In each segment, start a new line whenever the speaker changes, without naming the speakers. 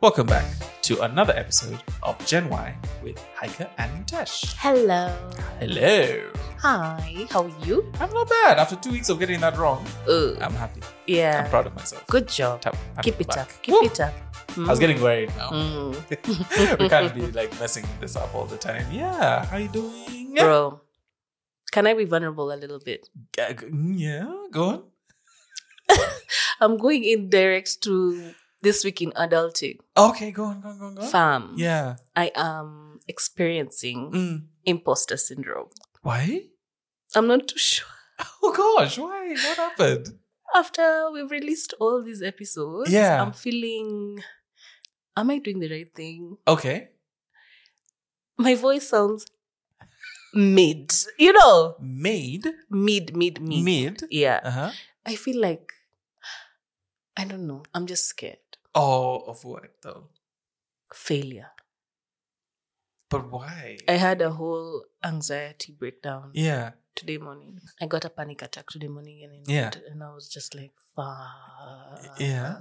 Welcome back to another episode of Gen Y with Heike and Tesh.
Hello.
Hello.
Hi. How are you?
I'm not bad. After two weeks of getting that wrong,
Uh,
I'm happy.
yeah.
I'm proud of myself.
Good job.
Tap- I'm
Keep it
back.
up. Keep
Woo!
it up.
I was getting worried now.
Mm.
we can't be like messing this up all the time. Yeah. How you doing?
Bro, can I be vulnerable a little bit?
Yeah, g- yeah, go on.
I'm going indirect to this week in adulting.
Okay, go on, go on, go on, go on.
Fam,
Yeah.
I am experiencing
Mm.
imposter syndrome.
Why?
I'm not too sure.
Oh gosh, why? What happened?
After we've released all these episodes,
Yeah.
I'm feeling. Am I doing the right thing?
Okay.
My voice sounds mid. You know,
Made.
mid, mid, mid.
Mid.
Yeah.
Uh-huh.
I feel like I don't know. I'm just scared.
Oh, of what though?
Failure.
But why?
I had a whole anxiety breakdown
yeah.
today morning. I got a panic attack today morning and
Yeah.
and I was just like, Uh, fuck.
Yeah.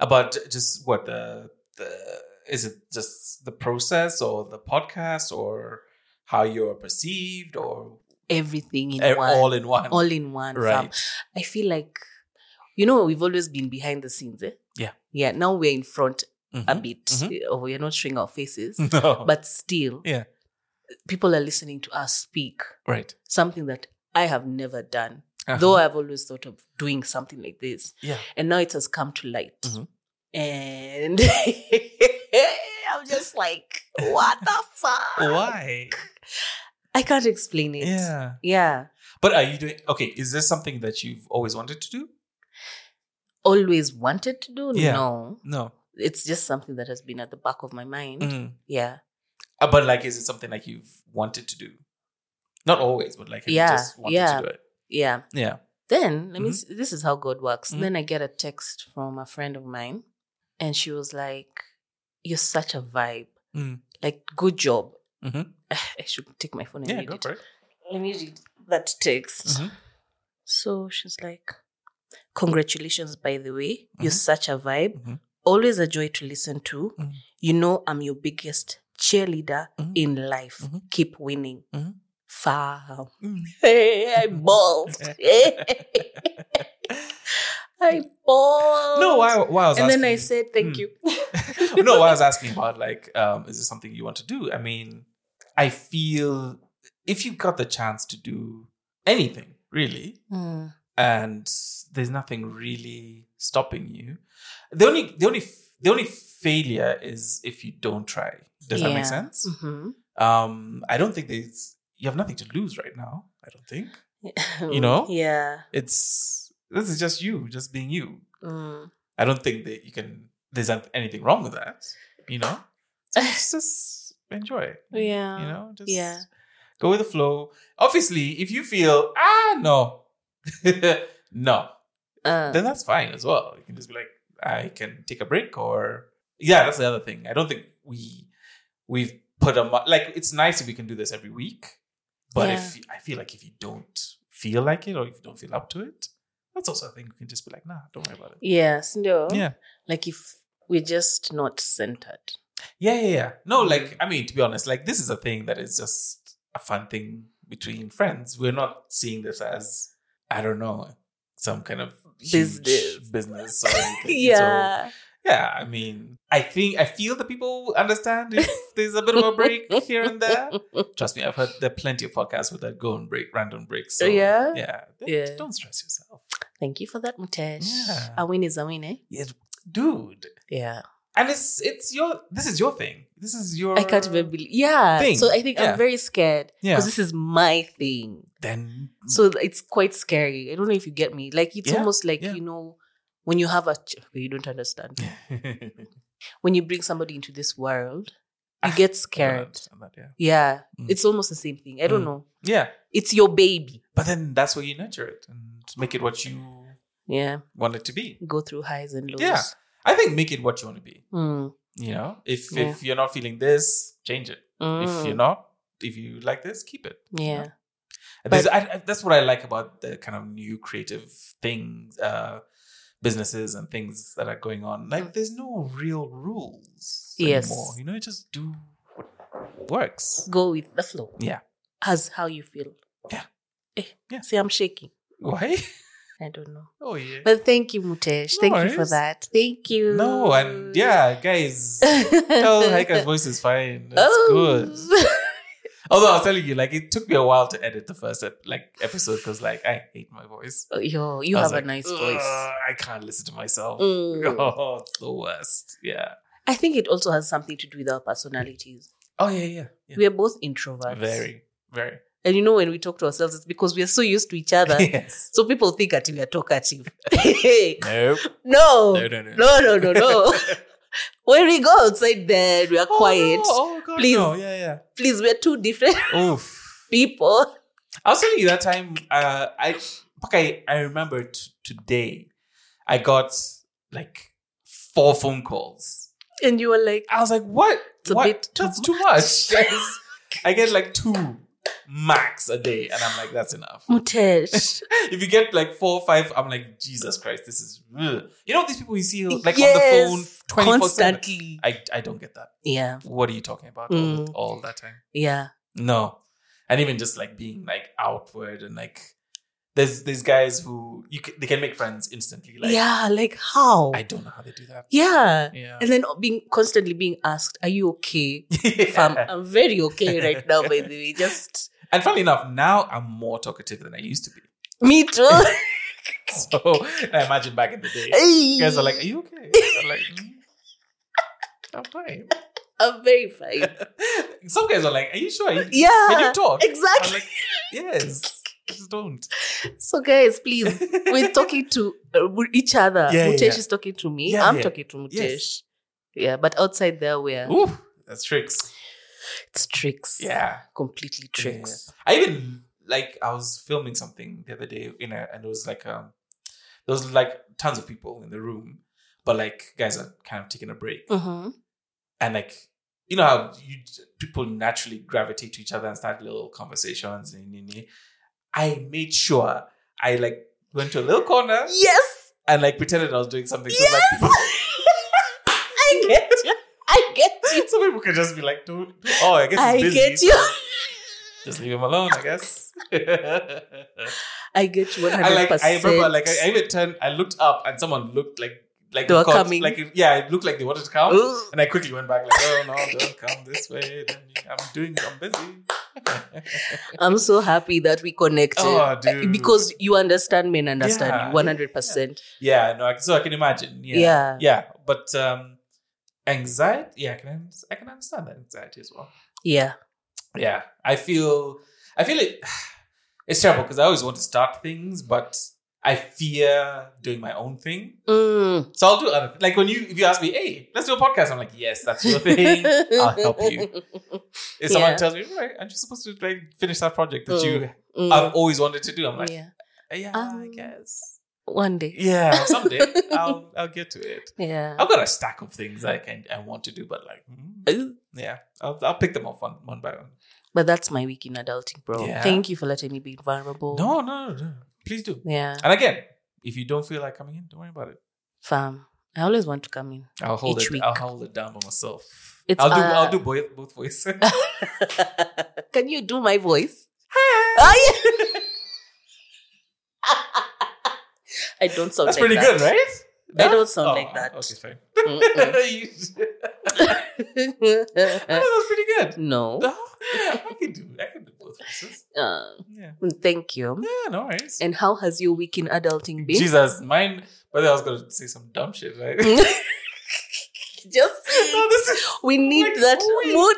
About j- just what the the is it just the process or the podcast or how you're perceived or
Everything in
e-
one. All,
all in one?
in one. fam.
right.
I feel like you know we've always been behind the scenes, eh?
Yeah.
Yeah. Mm-hmm. Now we're in front a
Mhm.
bit.
mhm.
Or we're not showing our faces.
Mm-hmm. No.
But still,
Yeah.
people are listening to us speak.
right.
something that I have never done,
Uh-huh.
though I've always thought of doing something like this.
Yeah.
And now it has come to light.
Mhm.
And I'm just like, what the fuck?
Why?
I can't explain it.
Yeah.
Yeah.
But are you doing okay? Is this something that you've always wanted to do?
Always wanted to do?
Yeah.
No.
No.
It's just something that has been at the back of my mind.
Mm.
Yeah.
Uh, But like, is it something like you've wanted to do? Not always, but like have
Yeah,
you just wanted
yeah.
to do it.
Yeah.
Yeah.
Then let me
Mhm.
see, this is how God works.
Mhm.
Then I get a text from a friend of mine and she was like, You're such a vibe.
Mm.
Like, good job.
Mhm.
I should take my phone and
Yeah.
read
Go
it.
for it.
Let me read that text.
Mhm.
So she's like, Congratulations, by the way. You're
Mhm.
such a vibe.
Mhm.
Always a joy to listen to.
Mhm.
You know, I'm your biggest cheerleader
Mhm.
in life.
Mhm.
Keep winning.
Mhm.
Far.
Mm.
Hey, I balled. I bawled.
No, why? Why I was
And
asking,
then I said, Thank
Mm.
you.
no, why I was asking about like, um, is this something you want to do? I mean, I feel if you got the chance to do anything really,
Mm.
and there's nothing really stopping you, the only the only the only failure is if you don't try. Does that
Yeah.
make sense?
Mhm.
Um, I don't think there's you have nothing to lose right now. I don't think You know?
Yeah.
it's this is just you, just being you.
Mm.
I don't think that you can. There's an- anything wrong with that, you know. So it's just enjoy.
Yeah.
You know, just
Yeah.
go with the flow. Obviously, if you feel ah no, no,
Uh,
then that's fine as well. You can just be like, I can take a break, or yeah, that's the other thing. I don't think we we've put a mu- like. It's nice if we can do this every week, but if I feel like if you don't feel like it or if you don't feel up to it, that's also a thing. You can just be like, nah, don't worry about it.
yes, no.
Yeah.
Like if we're just not centered.
Yeah, yeah, yeah. No, like I mean, to be honest, like this is a thing that is just a fun thing between friends. We're not seeing this as I don't know some kind of huge
Business.
business or anything. So,
Yeah.
yeah. I mean, I think I feel the people understand if there's a bit of a break here and there. Trust me, I've heard there are plenty of podcasts with that go and break, random breaks. So
Yeah?
yeah,
Yeah.
Don't stress yourself,
Thank you for that, Mutesh.
Yeah.
A win is a win, eh?
yeah, dude.
Yeah.
And it's it's your this is your thing. This is your
I can't even believe. Yeah.
Thing.
So I think
Yeah.
I'm very scared
Yeah.
because this is my thing.
then
So it's quite scary. I don't know if you get me. Like it's
Yeah.
almost like,
Yeah.
you know, when you have a, ch- okay, you don't understand. When you bring somebody into this world, you
Ah,
get
I don't
scared.
understand that, yeah.
Yeah.
Mm.
It's almost the same thing. I don't
Mm.
know.
Yeah.
It's your baby.
But then that's where you nurture it and make it what you
Yeah.
want it to be.
Go through highs and lows.
Yeah. I think make it what you want to be.
Mm.
You know, if
Yeah.
if you're not feeling this, change it. If
Mm.
you're not, if you like this, keep it.
yeah.
There's- I, I- that's what I like about the kind of new creative things, uh, businesses and things that are going on. Like,
Mm.
there's no real rules
Yes.
anymore. You know, just do what works.
Go with the flow.
Yeah.
As how you feel.
Yeah.
Eh,
Yeah.
See, I'm shaking.
Why?
I don't know.
Oh yeah.
But thank you, Mutesh.
No
thank you for
worries.
that. Thank you.
no, and yeah, guys. Tell Haika's Oh, voice is fine. That's
Oh.
good. Although I was telling you, like, it took me a while to edit the first ep- like episode because, like, I hate my voice.
good. Oh, Yo, you
I was
have a
like,
nice
"Ugh,
voice.
I can't listen to myself.
Mm.
Oh, it's the worst. Yeah.
I think it also has something to do with our personalities.
Oh yeah, yeah. yeah.
We are both introverts.
Very, very.
And you know, when we talk to ourselves, it's because we are so used to each other.
yes.
so people think that we are talkative. no.
Nope. No,
No,
no, no.
Oh. no, no, no. when we go outside, then we are
Oh,
quiet.
no. Oh, God,
Please.
No. Yeah,
Please, we are two different
yeah. Oof.
people.
I was telling you that time. Uh, I okay, I remember t- today. I got like four phone calls.
And you are like,
I was like, "What?
It's a
what?
bit too
That's too much." Yes. I get like two max a day, and I'm like, "That's enough."
Mutesh.
If you get like four or five, I'm like, "Jesus Christ, this is." ugh." You know these people you see like
Yes,
on the phone twenty four seven.
Constantly.
I I don't get that.
Yeah,
What are you talking about all,
Mm.
the- all that time?
yeah.
No. And even just like being like outward and like there's these guys who you can, they can make friends instantly. Like
yeah, like how?
I don't know how they do that.
yeah.
Yeah.
And then being constantly being asked, are you okay? If I'm,
yeah.
I'm very okay right now, by the way. Just
And funnily enough, now I'm more talkative than I used to be.
me too.
So I imagine back in the day. You guys are like, Are you okay? I'm like, "Mm, I'm fine.
I'm very fine.
Some guys are like, Are you sure? Can
Yeah.
you talk? I'm
Exactly.
like, Yes. Just don't.
So, guys, please, we're talking to uh, with each other.
Yeah, yeah,
Mutesh
yeah.
is talking to me.
Yeah,
I'm
yeah.
talking to Mutesh.
Yes.
Yeah, but outside there, we're
Ooh, that's tricks.
it's tricks.
Yeah.
completely tricks.
I even like I was filming something the other day, you know, and it was like um there was like tons of people in the room, but like guys are kind of taking a break.
Mm-hmm.
And like you know how you people naturally gravitate to each other and start little conversations and and- and- I made sure I like went to a little corner
Yes,
and like pretended I was doing something. So like
I get you. I get you.
some people can just be like, "Don't- oh, I guess
I
it's busy.
get you.
so Just leave him alone, I guess.
I get you. One
I
hundred
like I
percent.
remember like I, I even turned I looked up and someone looked like like
They were
caught-
coming.
like yeah it looked like they wanted to come
Ooh.
and I quickly went back like oh no don't come this way then you- I'm doing I'm busy
I'm so happy that we connected
Oh, dude.
because you understand men understand
Yeah,
you one hundred percent.
yeah no I, so I can imagine yeah
Yeah.
yeah but um anxiety yeah I can un- I can understand that anxiety as well
Yeah,
yeah I feel I feel it it's terrible because I always want to start things but I fear doing my own thing
Mm.
So I'll do other things. Like when you if you ask me, hey, let's do a podcast, I'm like, yes, that's your thing. I'll help you. If someone
Yeah.
tells me, right, aren't you supposed to like finish that project that you
Mm.
I've always wanted to do? I'm like,
yeah,
yeah, I
Um,
guess.
one day.
Yeah, someday I'll I'll get to it.
Yeah.
I've got a stack of things I can I want to do, but like mm,
Ooh.
yeah, I'll, I'll pick them off one one by one.
But that's my week in adulting, bro.
Yeah.
Thank you for letting me be vulnerable.
No, no, no, please do.
Yeah.
And again, if you don't feel like coming in, don't worry about it.
Fam. I always want to come in.
I'll hold
Each
it.
week.
I'll hold it down by myself.
It's,
I'll do.
uh,
I'll do both both voices.
Can you do my voice? Hi. I don't sound
That's
like
pretty
that.
good, right?
I don't sound
Oh,
like that.
Okay, fine.
Mm-mm.
You- Oh, that was pretty good.
no.
No, I can do. I can do both voices.
Uh,
Yeah.
thank you.
Yeah, no worries.
And how has your week in adulting been?
Jesus, mine. But I was gonna say some dumb shit, right? no,
Just saying.
this is
we need
Like,
that
wait.
mood.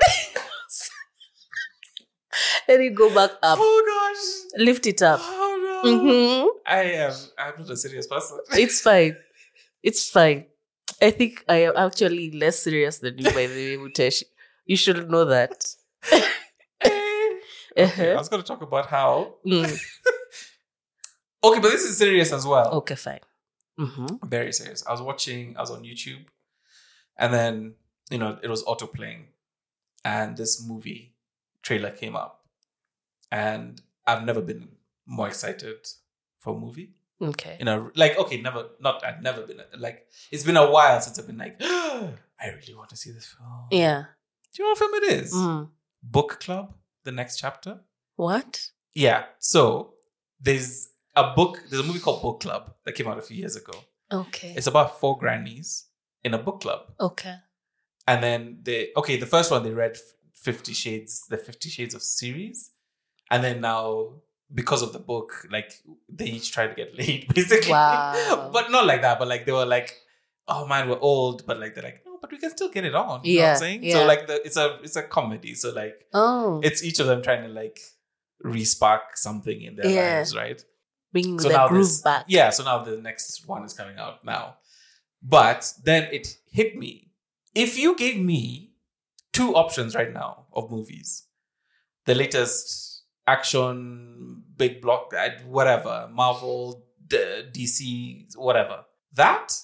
Let it go back up.
oh gosh.
Lift it up.
Oh no.
hmm
I am. I'm not a serious person.
It's fine. It's fine. I think I am actually less serious than you, by the way, Mutesh. You should know that.
okay, I
Uh-huh.
was gonna talk about how.
Mm.
Okay, but this is serious as well.
Okay, fine. Mm-hmm.
very serious. I was watching, I was on YouTube, and then you know it was auto playing, and this movie trailer came up, and I've never been more excited for a movie.
Okay.
You know, like okay, never, not I've never been like it's been a while since I've been like, I really want to see this film.
Yeah.
Do you know what film it is?
Mm.
Book Club, the next chapter.
What?
Yeah. So there's a book. There's a movie called Book Club that came out a few years ago.
Okay.
It's about four grannies in a book club,
okay.
and then they okay. The first one they read F- Fifty Shades, the Fifty Shades of series, and then now because of the book, like they each tried to get laid basically.
Wow.
but not like that. But like they were like, oh man, we're old. But like they're like, no, but we can still get it on. You know what
Yeah,
I'm saying?
yeah.
So like the it's a it's a comedy. So like
Oh,
it's each of them trying to like respark something in their
Yeah.
lives, right?
bringing
so
the
now
groove
this-
back.
Yeah, so now the next one is coming out now. But then it hit me. If you gave me two options right now of movies, the latest action, big block, uh, whatever, Marvel, D- DC, whatever, that,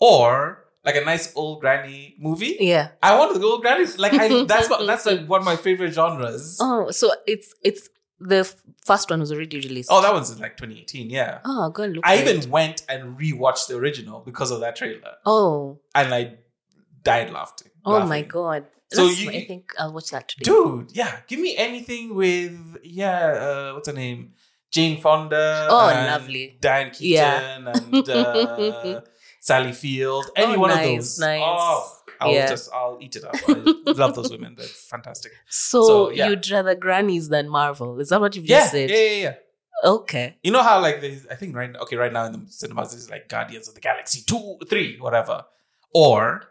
or like a nice old granny movie.
Yeah.
I want the old granny. Like I, that's what, that's like one of my favorite genres. Oh,
Oh, so it's it's the f- first one was already released.
Oh, that one's in like 2018. Yeah.
Oh, go and look.
I
for
even
it.
went and rewatched the original because of that trailer,
Oh,
and I died laughing.
oh my
laughing.
god.
So
That's-
you-
I think I'll watch that today.
dude! Yeah, give me anything with yeah. Uh, what's her name? Jane Fonda.
Oh,
and
lovely.
Diane Keaton
Yeah.
and uh, Sally Field. Any
Oh,
one
nice,
of those.
nice.
Oh, I'll
Yeah.
just I'll eat it up. I love those women. They're fantastic.
So,
So, yeah.
you'd rather grannies than Marvel? Is that what you've
Yeah,
just
yeah,
said?
yeah, yeah.
Okay.
You know how like there's I think right okay right now in the cinemas there's like Guardians of the Galaxy two three whatever or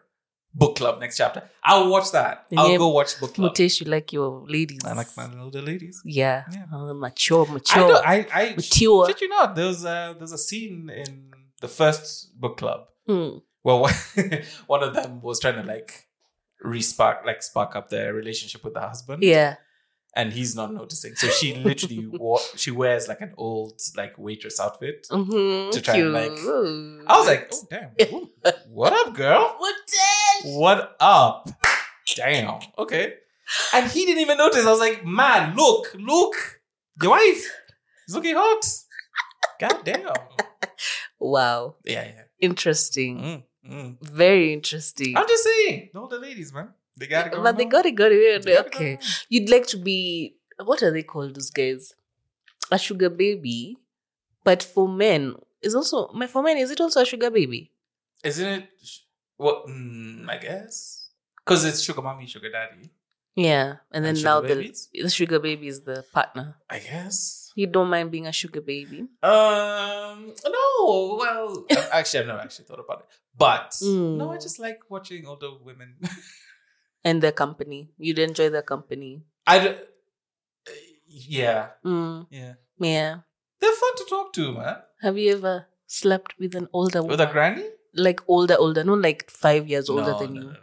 book club next chapter. I'll watch that.
Yeah.
I'll go watch book club.
Mutation like your ladies.
I like my older ladies.
Yeah.
Yeah.
Oh, mature,
I
mature,
know. I I
mature.
did you not? There's a there's a scene in the first book club
Hmm.
where one- one of them was trying to like respark like spark up their relationship with the husband.
Yeah.
and he's not noticing. So she literally wore she wears like an old like waitress outfit.
Mm-hmm.
To try and, like- I was like, oh damn, Ooh. what up, girl?
what
What up? Damn. Okay. And he didn't even notice. I was like, man, look, look, your wife is looking hot. God damn.
Wow.
Yeah, yeah.
Interesting.
Mm, mm.
Very interesting.
I'm just saying, the older ladies, man, they got it. going
But they
on.
got it, got
They
it.
got it
Okay.
going
You'd like to be, what are they called, those guys? A sugar baby. But for men, is also, my for men, is it also a sugar baby?
on. Isn't it? Well, mm, I guess because it's sugar mommy, sugar daddy,
Yeah. And then
And sugar
now
babies?
the the sugar baby is the partner.
I guess.
You don't mind being a sugar baby.
Um, no, well, I've- actually, I've never actually thought about it, but
Mm.
no, I just like watching older women.
And their company. You'd enjoy their company.
I, d- uh, yeah,
Mm,
yeah,
yeah.
they're fun to talk to, man.
Have you ever slept with an older woman?
With a granny,
like older, older, not like five years older
no,
than
no,
you.
no, no, no.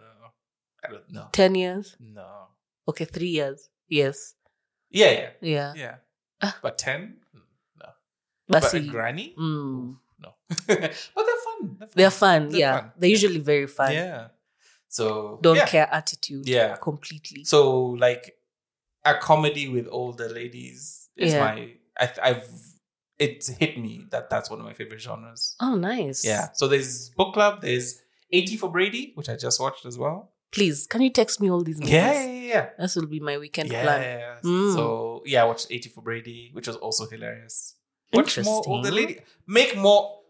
I don't know.
Ten years?
No,
Okay, three years. Yes.
yeah, yeah,
Yeah.
yeah,
Ah.
but ten, no, but a
Basi.
granny,
Mm.
no, but they're fun.
They're fun.
They're
yeah.
fun.
They're
Yeah.
usually very fun.
yeah. So
Don't
yeah.
care attitude.
Yeah.
Completely.
So like a comedy with older ladies is
Yeah.
my I, th- I've it's hit me that that's one of my favorite genres.
oh, nice.
Yeah. So there's book club. There's 80 for Brady, which I just watched as well.
Please, can you text me all these movies?
Yeah, yeah, yeah.
This will be my
yeah.
weekend plan.
yeah.
Mm.
So yeah, I watched 80 for Brady, which was also hilarious. Watch more older
Interesting.
lady. Make more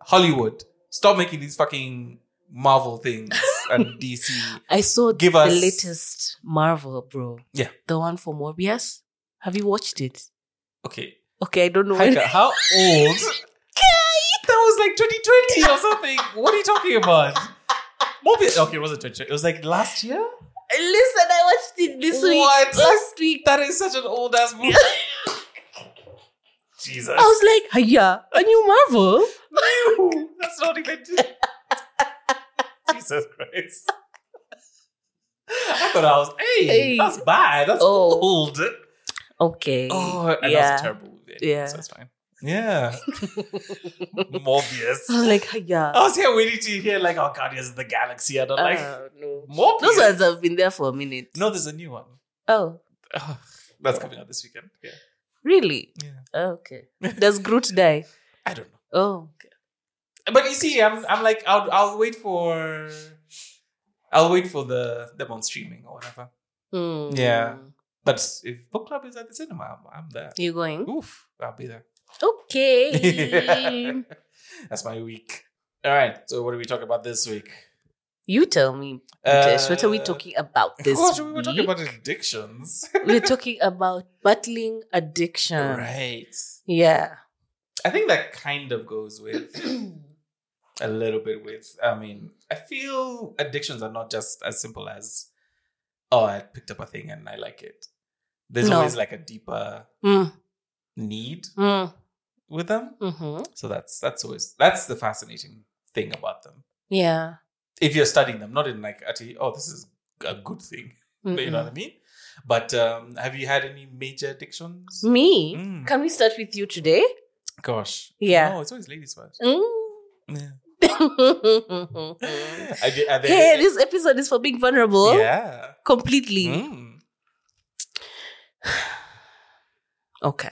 Hollywood. Stop making these fucking Marvel things and DC.
I saw
Give
the
us-
latest Marvel, bro.
Yeah.
The one for Morbius. Have you watched it?
Okay,
Okay, I don't know. when-
Hiker, how old? That was like 2020 or something. What are you talking about? Mobius. Okay, it wasn't 2020. It was like last year.
Listen, I watched it this
What?
week. Last week.
That is such an old ass movie. Jesus.
I was like, hiya, a new Marvel?
No, that's not even. Jesus Christ. I thought I was. Hey,
Hey.
that's bad. That's
Oh.
old.
Okay.
Oh, and
yeah.
that's a terrible movie.
Yeah.
so that's fine. Yeah, Mobius.
I was like, hiya.
I was here waiting to hear like, oh, Guardians of the Galaxy. I don't Oh, like
Oh, no.
more.
Those
people.
ones have been there for a minute.
no, there's a new one
Oh,
Ugh, that's coming out this weekend. Yeah,
really?
yeah.
Okay. Does Groot die?
I don't know.
Oh,
But you see, I'm I'm like I'll I'll wait for I'll wait for the them on streaming or whatever.
Hmm.
Yeah. But if book club is at the cinema, I'm, I'm there.
You going?
Oof, I'll be there.
Okay.
That's my week. All right. So what are we talking about this week? Uh,
you tell me, Jess, what are we talking about
Of
this
course,
week?
we were talking about addictions.
We're talking about battling addiction.
right.
Yeah.
I think that kind of goes with a little bit with. I mean, I feel addictions are not just as simple as, oh, I picked up a thing and I like it. There's
No.
always like a deeper
Mm,
need
mm,
with them.
mhm.
So that's that's always that's the fascinating thing about them.
Yeah.
If you're studying them, not in like, at a- oh, this is a good thing. You know
Mm-mm.
what I mean? But um, have you had any major addictions?
Me?
Mm.
Can we start with you today?
Gosh.
Yeah.
No, it's always ladies first. Yeah.
Mm.
I did, are
hey, this episode is for being vulnerable.
Yeah.
Completely.
Mm.
Okay.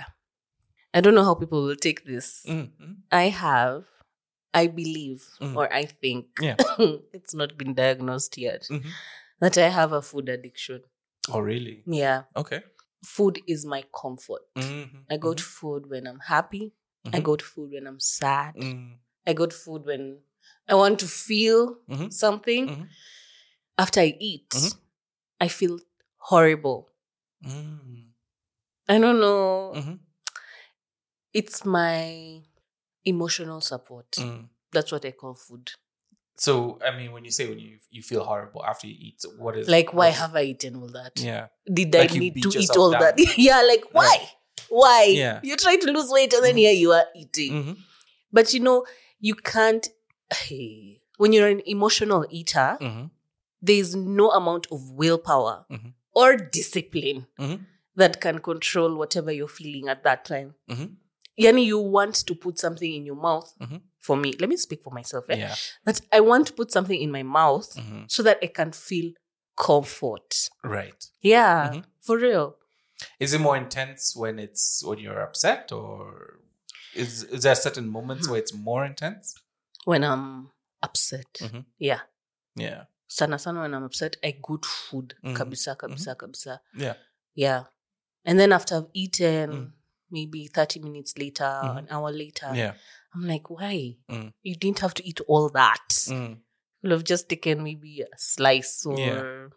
I don't know how people will take this.
Mm, mm.
I have, I believe,
Mm.
or I think,
Yeah.
it's not been diagnosed yet,
Mhm.
that I have a food addiction.
Oh, really?
Yeah.
Okay.
Food is my comfort.
Mhm.
I go to food when I'm happy. I
Mhm.
go to food when I'm sad.
Mm.
I go to food when I want to feel
Mhm.
something.
Mhm.
After I eat,
Mhm.
I feel horrible.
Mm.
I don't know.
Mhm.
It's my emotional support.
Mm.
That's what I call food.
So, I mean, when you say when you you feel horrible after you eat, so what is
Like, why
what is-
have I eaten all that?
Yeah.
Did
Like
I
you
need
beat
to eat
yourself
all
down.
that? yeah, like why? Why?
Yeah.
You're trying to lose weight and then
Mhm.
here you are eating.
Mhm.
But you know, you can't. Hey, when you're an emotional eater,
Mhm.
there's no amount of willpower
Mhm.
or discipline
Mhm.
that can control whatever you're feeling at that time.
Mhm.
Yani, you want to put something in your mouth.
Mhm.
For me, let me speak for myself. Eh?
Yeah.
That I want to put something in my mouth
Mhm.
so that I can feel comfort.
Right.
Yeah,
Mhm.
for real.
Is it more intense when it's when you're upset, or is is there certain moments where it's more intense?
When I'm upset,
Mhm.
yeah.
Yeah.
Sana sana when I'm upset, I go to food.
Mhm.
Kabisa, kabisa, kabisa.
Yeah.
Yeah. And then after I've eaten,
Mm.
maybe 30 minutes later,
Mhm.
an hour later,
Yeah.
I'm like, why?
Mm.
You didn't have to eat all that.
Mm.
You could have just taken maybe a slice or
Yeah.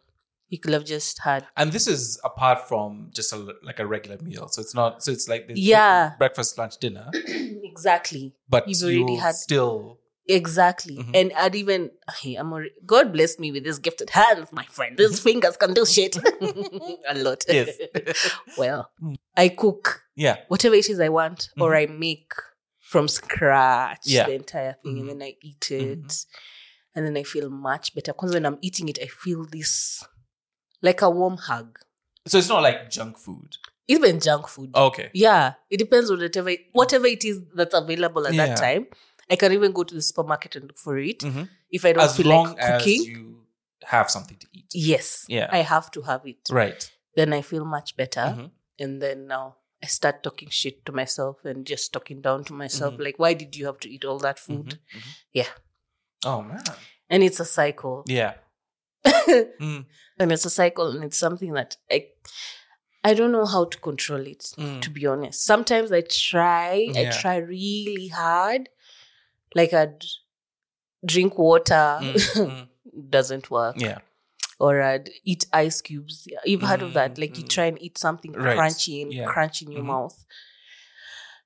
you could have just had.
And this is apart from just a, like a regular meal, so it's not. So it's like this
Yeah.
breakfast, lunch, dinner,
exactly.
but
You've
you've
already had-
still
Exactly.
Mhm.
And I'd even, hey, I'm alre God bless me with these gifted hands, my friend. These fingers can do shit. a lot.
yes,
well,
Mm.
I cook
yeah,
whatever it is I want, or I make from scratch
Mm-hmm. Yeah.
the entire thing,
Mhm.
and then I eat it,
Mhm.
and then I feel much better. Because when I'm eating it, I feel this like a warm hug,
So it's not like junk food.
even junk food.
Okay.
Yeah, it depends on whatever whatever it is that's available at
Yeah.
that time. I can even go to the supermarket and look for it
Mhm.
if I don't
As
feel
long
like
as
cooking.
you have something to eat.
yes,
Yeah.
I have to have it.
Right.
Then I feel much better.
Mhm.
and then now I start talking shit to myself and just talking down to myself.
Mhm.
Like, why did you have to eat all that food?
Mhm. Mhm.
Yeah.
Oh man.
And it's a cycle.
Yeah. Mm.
And it's a cycle, and it's something that I, I don't know how to control it.
Mm.
To be honest, sometimes I try. I
Yeah.
try really hard. Like I'd drink water,
Mm. Mm.
doesn't work.
Yeah.
Or I'd eat ice cubes. Yeah, You've heard of that?
Mm,
Like you
mm.
try and eat something
Right.
crunchy and
Yeah.
crunch in your
Mhm.
mouth.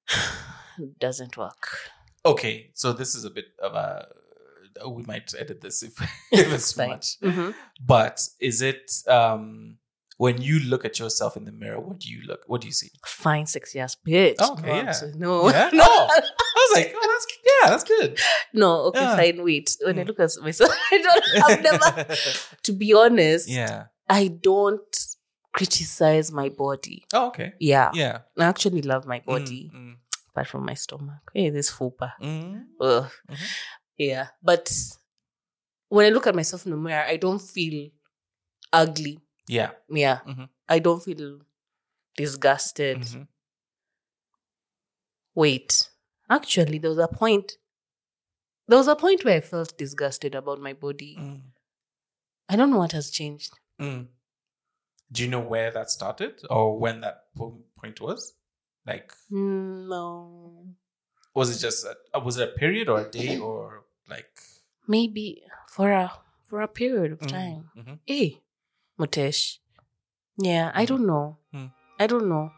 doesn't work.
Okay. So this is a bit of a. oh, We might edit this if, if it's too
Fine.
much.
Mhm.
But is it um when you look at yourself in the mirror? What do you look? What do you see?
Fine, sexy ass
Okay,
bitch. Come on,
Oh, yeah.
so- No,
Yeah? Oh. I was like, oh, that's yeah, that's good.
no. Okay,
Yeah.
fine. Wait. When I
Mm.
look at myself, I don't. I've never. to be honest,
yeah.
I don't criticize my body.
Oh, okay.
Yeah,
Yeah.
I actually love my
Mm,
body,
mm,
apart from my stomach. Hey, this fupa.
mm.
Ugh.
Mhm.
Yeah, but when I look at myself in the mirror, I don't feel ugly.
Yeah.
Yeah,
Mhm.
I don't
Mm-hmm.
feel disgusted.
Mhm.
Wait, Actually, there was a point. There was a point where I felt disgusted about my body.
Mm.
I don't know what has changed.
Mm. Do you know where that started or when that po- point was? Like,
Mm, No.
was it just a, was it a period or a day or like
Maybe for a for a period of time.
Mhm.
Hey, Mutesh. Yeah, I don't know.
Mm.
I don't know.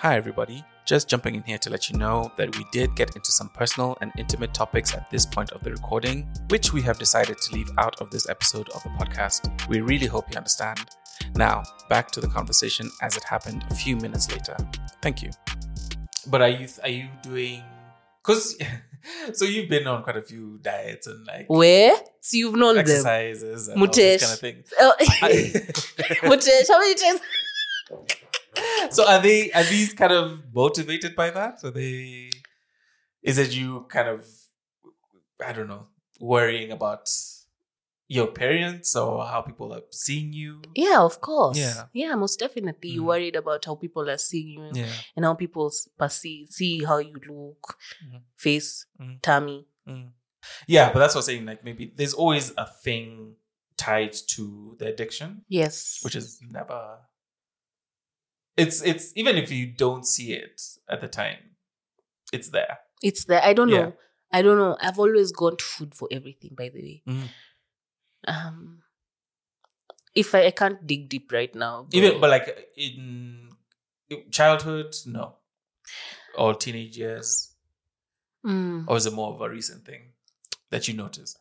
Hi, everybody. Just jumping in here to let you know that we did get into some personal and intimate topics at this point of the recording, which we have decided to leave out of this episode of the podcast. We really hope you understand. Now, back to the conversation as it happened a few minutes later. Thank you. But are you are you doing? Cause so you've been on quite a few diets and like
Where? So you've known them.
exercises and all
Mutesh.
this kind of thing.
Oh,
I-
Mutesh, how many times?
So are they are these kind of motivated by that? Are they is it you kind of I don't know, worrying about your parents or how people are seeing you?
Yeah, of course.
Yeah.
Yeah, most definitely. You
Mm.
worried about how people are seeing you
Yeah.
and how people s- perceive, see how you look,
Mhm.
face,
Mhm.
tummy.
Mm. Yeah, but that's what I'm saying. Like maybe there's always a thing tied to the addiction,
Yes.
which is never it's it's even if you don't see it at the time, it's there.
it's there. I don't
Yeah.
know. I don't know. I've always gone to food for everything, by the way.
Mhm.
Um, if I, I can't dig deep right now. but-
Even, but like in childhood, no, or teenage years,
Mm,
or is it more of a recent thing that you noticed?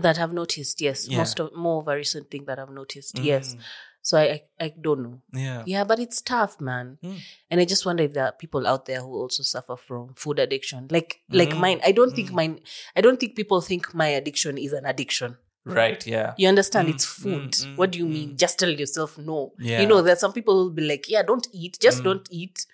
that I've noticed, yes.
Yeah. Mm.
Most of more of a recent thing that I've noticed, yes. So I, I I don't know.
yeah,
Yeah, but it's tough, man.
Mm.
And I just wonder if there are people out there who also suffer from food addiction, like like
Mm.
mine. I don't think
Mm.
mine. I don't think people think my addiction is an addiction.
right, yeah,
You understand?
Mm,
It's food.
mm, mm,
what do you
mm.
mean? Just tell yourself no.
yeah.
You know, there's some people who'll be like, "Yeah, don't eat. Just
Mm.
don't eat."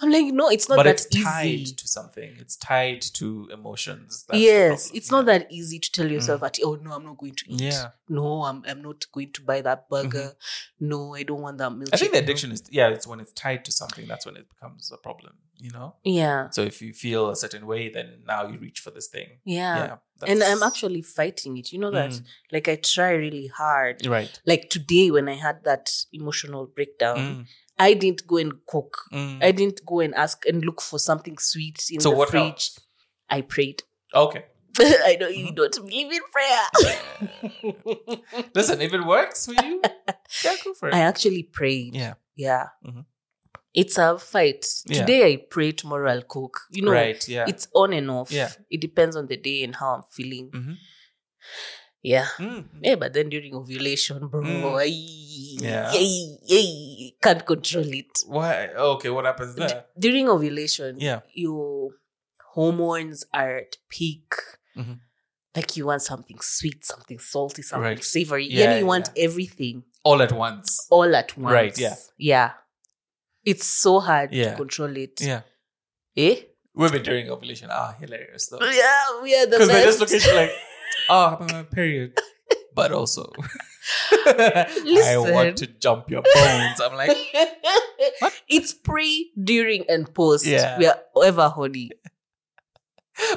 I'm like, no, it's not
but
that
it's tied
easy.
to something. It's tied to emotions. That's the
yes,
problem. Mm.
it's not that easy to tell yourself that, "Oh no, I'm not going to eat."
Yeah, Mm-hmm.
No, I'm I'm not going to buy that burger. No, I don't want that milk.
I think the addiction is yeah. It's when it's tied to something that's when it becomes a problem. You know.
Yeah.
So if you feel a certain way, then now you reach for this thing.
Yeah.
Yeah,
and
that's-
I'm actually fighting it. You know that?
Mm.
Like I try really hard.
right.
Like today when I had that emotional breakdown,
Mm,
I didn't go and cook.
mm.
Um, I didn't go and ask and look for something sweet in
So
the
what
fridge.
helped?
I prayed.
Okay.
I know you
Mhm.
don't believe in prayer.
Listen, if it works for you, yeah, go for it.
I actually prayed.
yeah.
Yeah.
Mhm.
It's a fight.
Yeah.
Today I pray, tomorrow I'll cook. You know,
right. Yeah.
it's on and off.
Yeah.
It depends on the day and how I'm feeling.
Mhm.
Yeah.
Mm.
Yeah, but then during ovulation, bro,
Mm.
I,
Yeah.
ay, ay, can't control it.
Why? Okay. What happens there?
During ovulation,
Yeah.
your hormones are at peak.
Mhm.
Like you want something sweet, something salty, something
Right.
savory. Yeah,
Yeah,
you
yeah,
want everything
All at once.
all at once.
Right, yeah.
Yeah. It's so hard to
Yeah.
control it.
Yeah.
Eh?
Women during ovulation are hilarious though,
Yeah, we are the
because
best.
they just look at you like, "Oh, I'm on my period," but also, I
Listen.
want to jump your bones. I'm like,
it's pre, during, and post.
Yeah.
We are ever horny.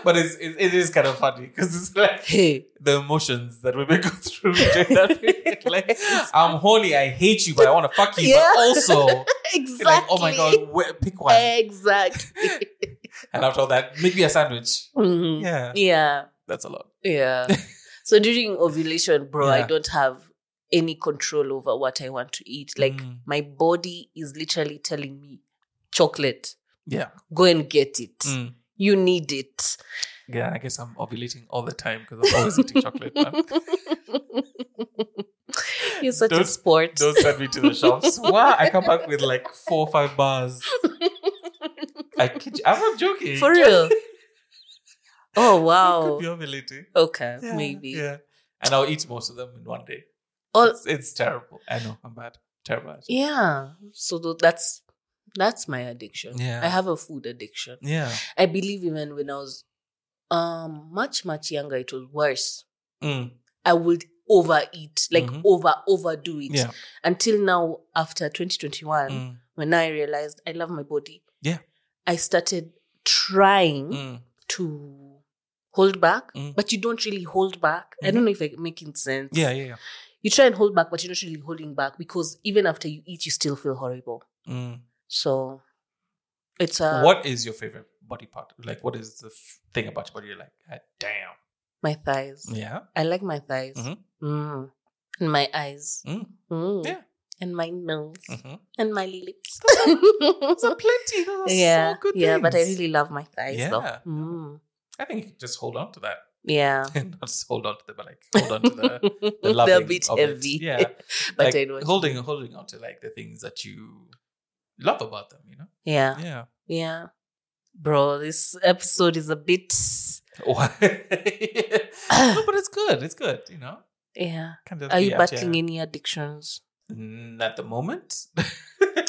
but it's, it, it is kind of funny because it's like
Hey.
the emotions that women go through during that period. Like, I'm horny. I hate you, but I want to fuck you.
Yeah.
But also,
Exactly.
like, oh my god, where, pick one.
Exactly.
And after all that, make me a sandwich.
Mhm.
Mm. Yeah,
Yeah.
that's a lot.
Yeah. so during ovulation, bro, I
Yeah.
don't have any control over what I want to eat. Like
Mm.
my body is literally telling me chocolate.
Yeah.
Go and get it.
Mm.
You need it.
Yeah, I guess I'm ovulating all the time because I'm always eating chocolate. man.
You're such a
Don't-
sport.
Don't send me to the shops. Wow, I come back with like four or five bars. I kid you. I'm not joking.
For real. oh wow.
Could be ovulating.
Okay,
Yeah,
maybe.
Yeah. And I'll eat most of them in one day.
All-
it's, it's terrible. I know. I'm bad. Terrible. at it.
Yeah. So tho- that's that's my addiction.
Yeah.
I have a food addiction.
Yeah.
I believe even when I was um much much younger, it was worse.
Mm.
I would overeat, like
Mhm.
over overdo it.
Yeah.
Until now, after 2021,
Mm.
when I realized I love my body,
Yeah.
I started trying
Mm.
to hold back,
Mm. Mm-hmm.
but you don't really hold back. I don't know if I'm making sense.
Yeah, yeah,
You try and hold back, but you're not really holding back because even after you eat, you still feel horrible.
yeah. Mm.
So it's uh, a
what is your favorite body part? Like, what is the f- thing about your body you're like, "Ah, damn?
my thighs.
Yeah.
I like my thighs.
Mhm.
Mm. And my eyes.
Mm.
Mm.
Yeah.
And my nose.
Mm-hmm.
And my lips.
Those are plenty. Those are
yeah.
so good
yeah, but I
things.
really love my thighs though.
Yeah.
Mm.
I think you can just hold on to that.
Yeah.
Not just hold on to them, but like hold on to the, the
They're a
loving
bit
of it.
heavy.
Yeah.
but
like,
I know what you
holding holding on to like the things that you love about them, you know?
Yeah.
Yeah.
Yeah. Bro, this episode is a bit
Why? no, but it's good. It's good, you know.
Yeah.
Can just
Are
be
you
out
battling
here.
any addictions?
Mm, at the moment?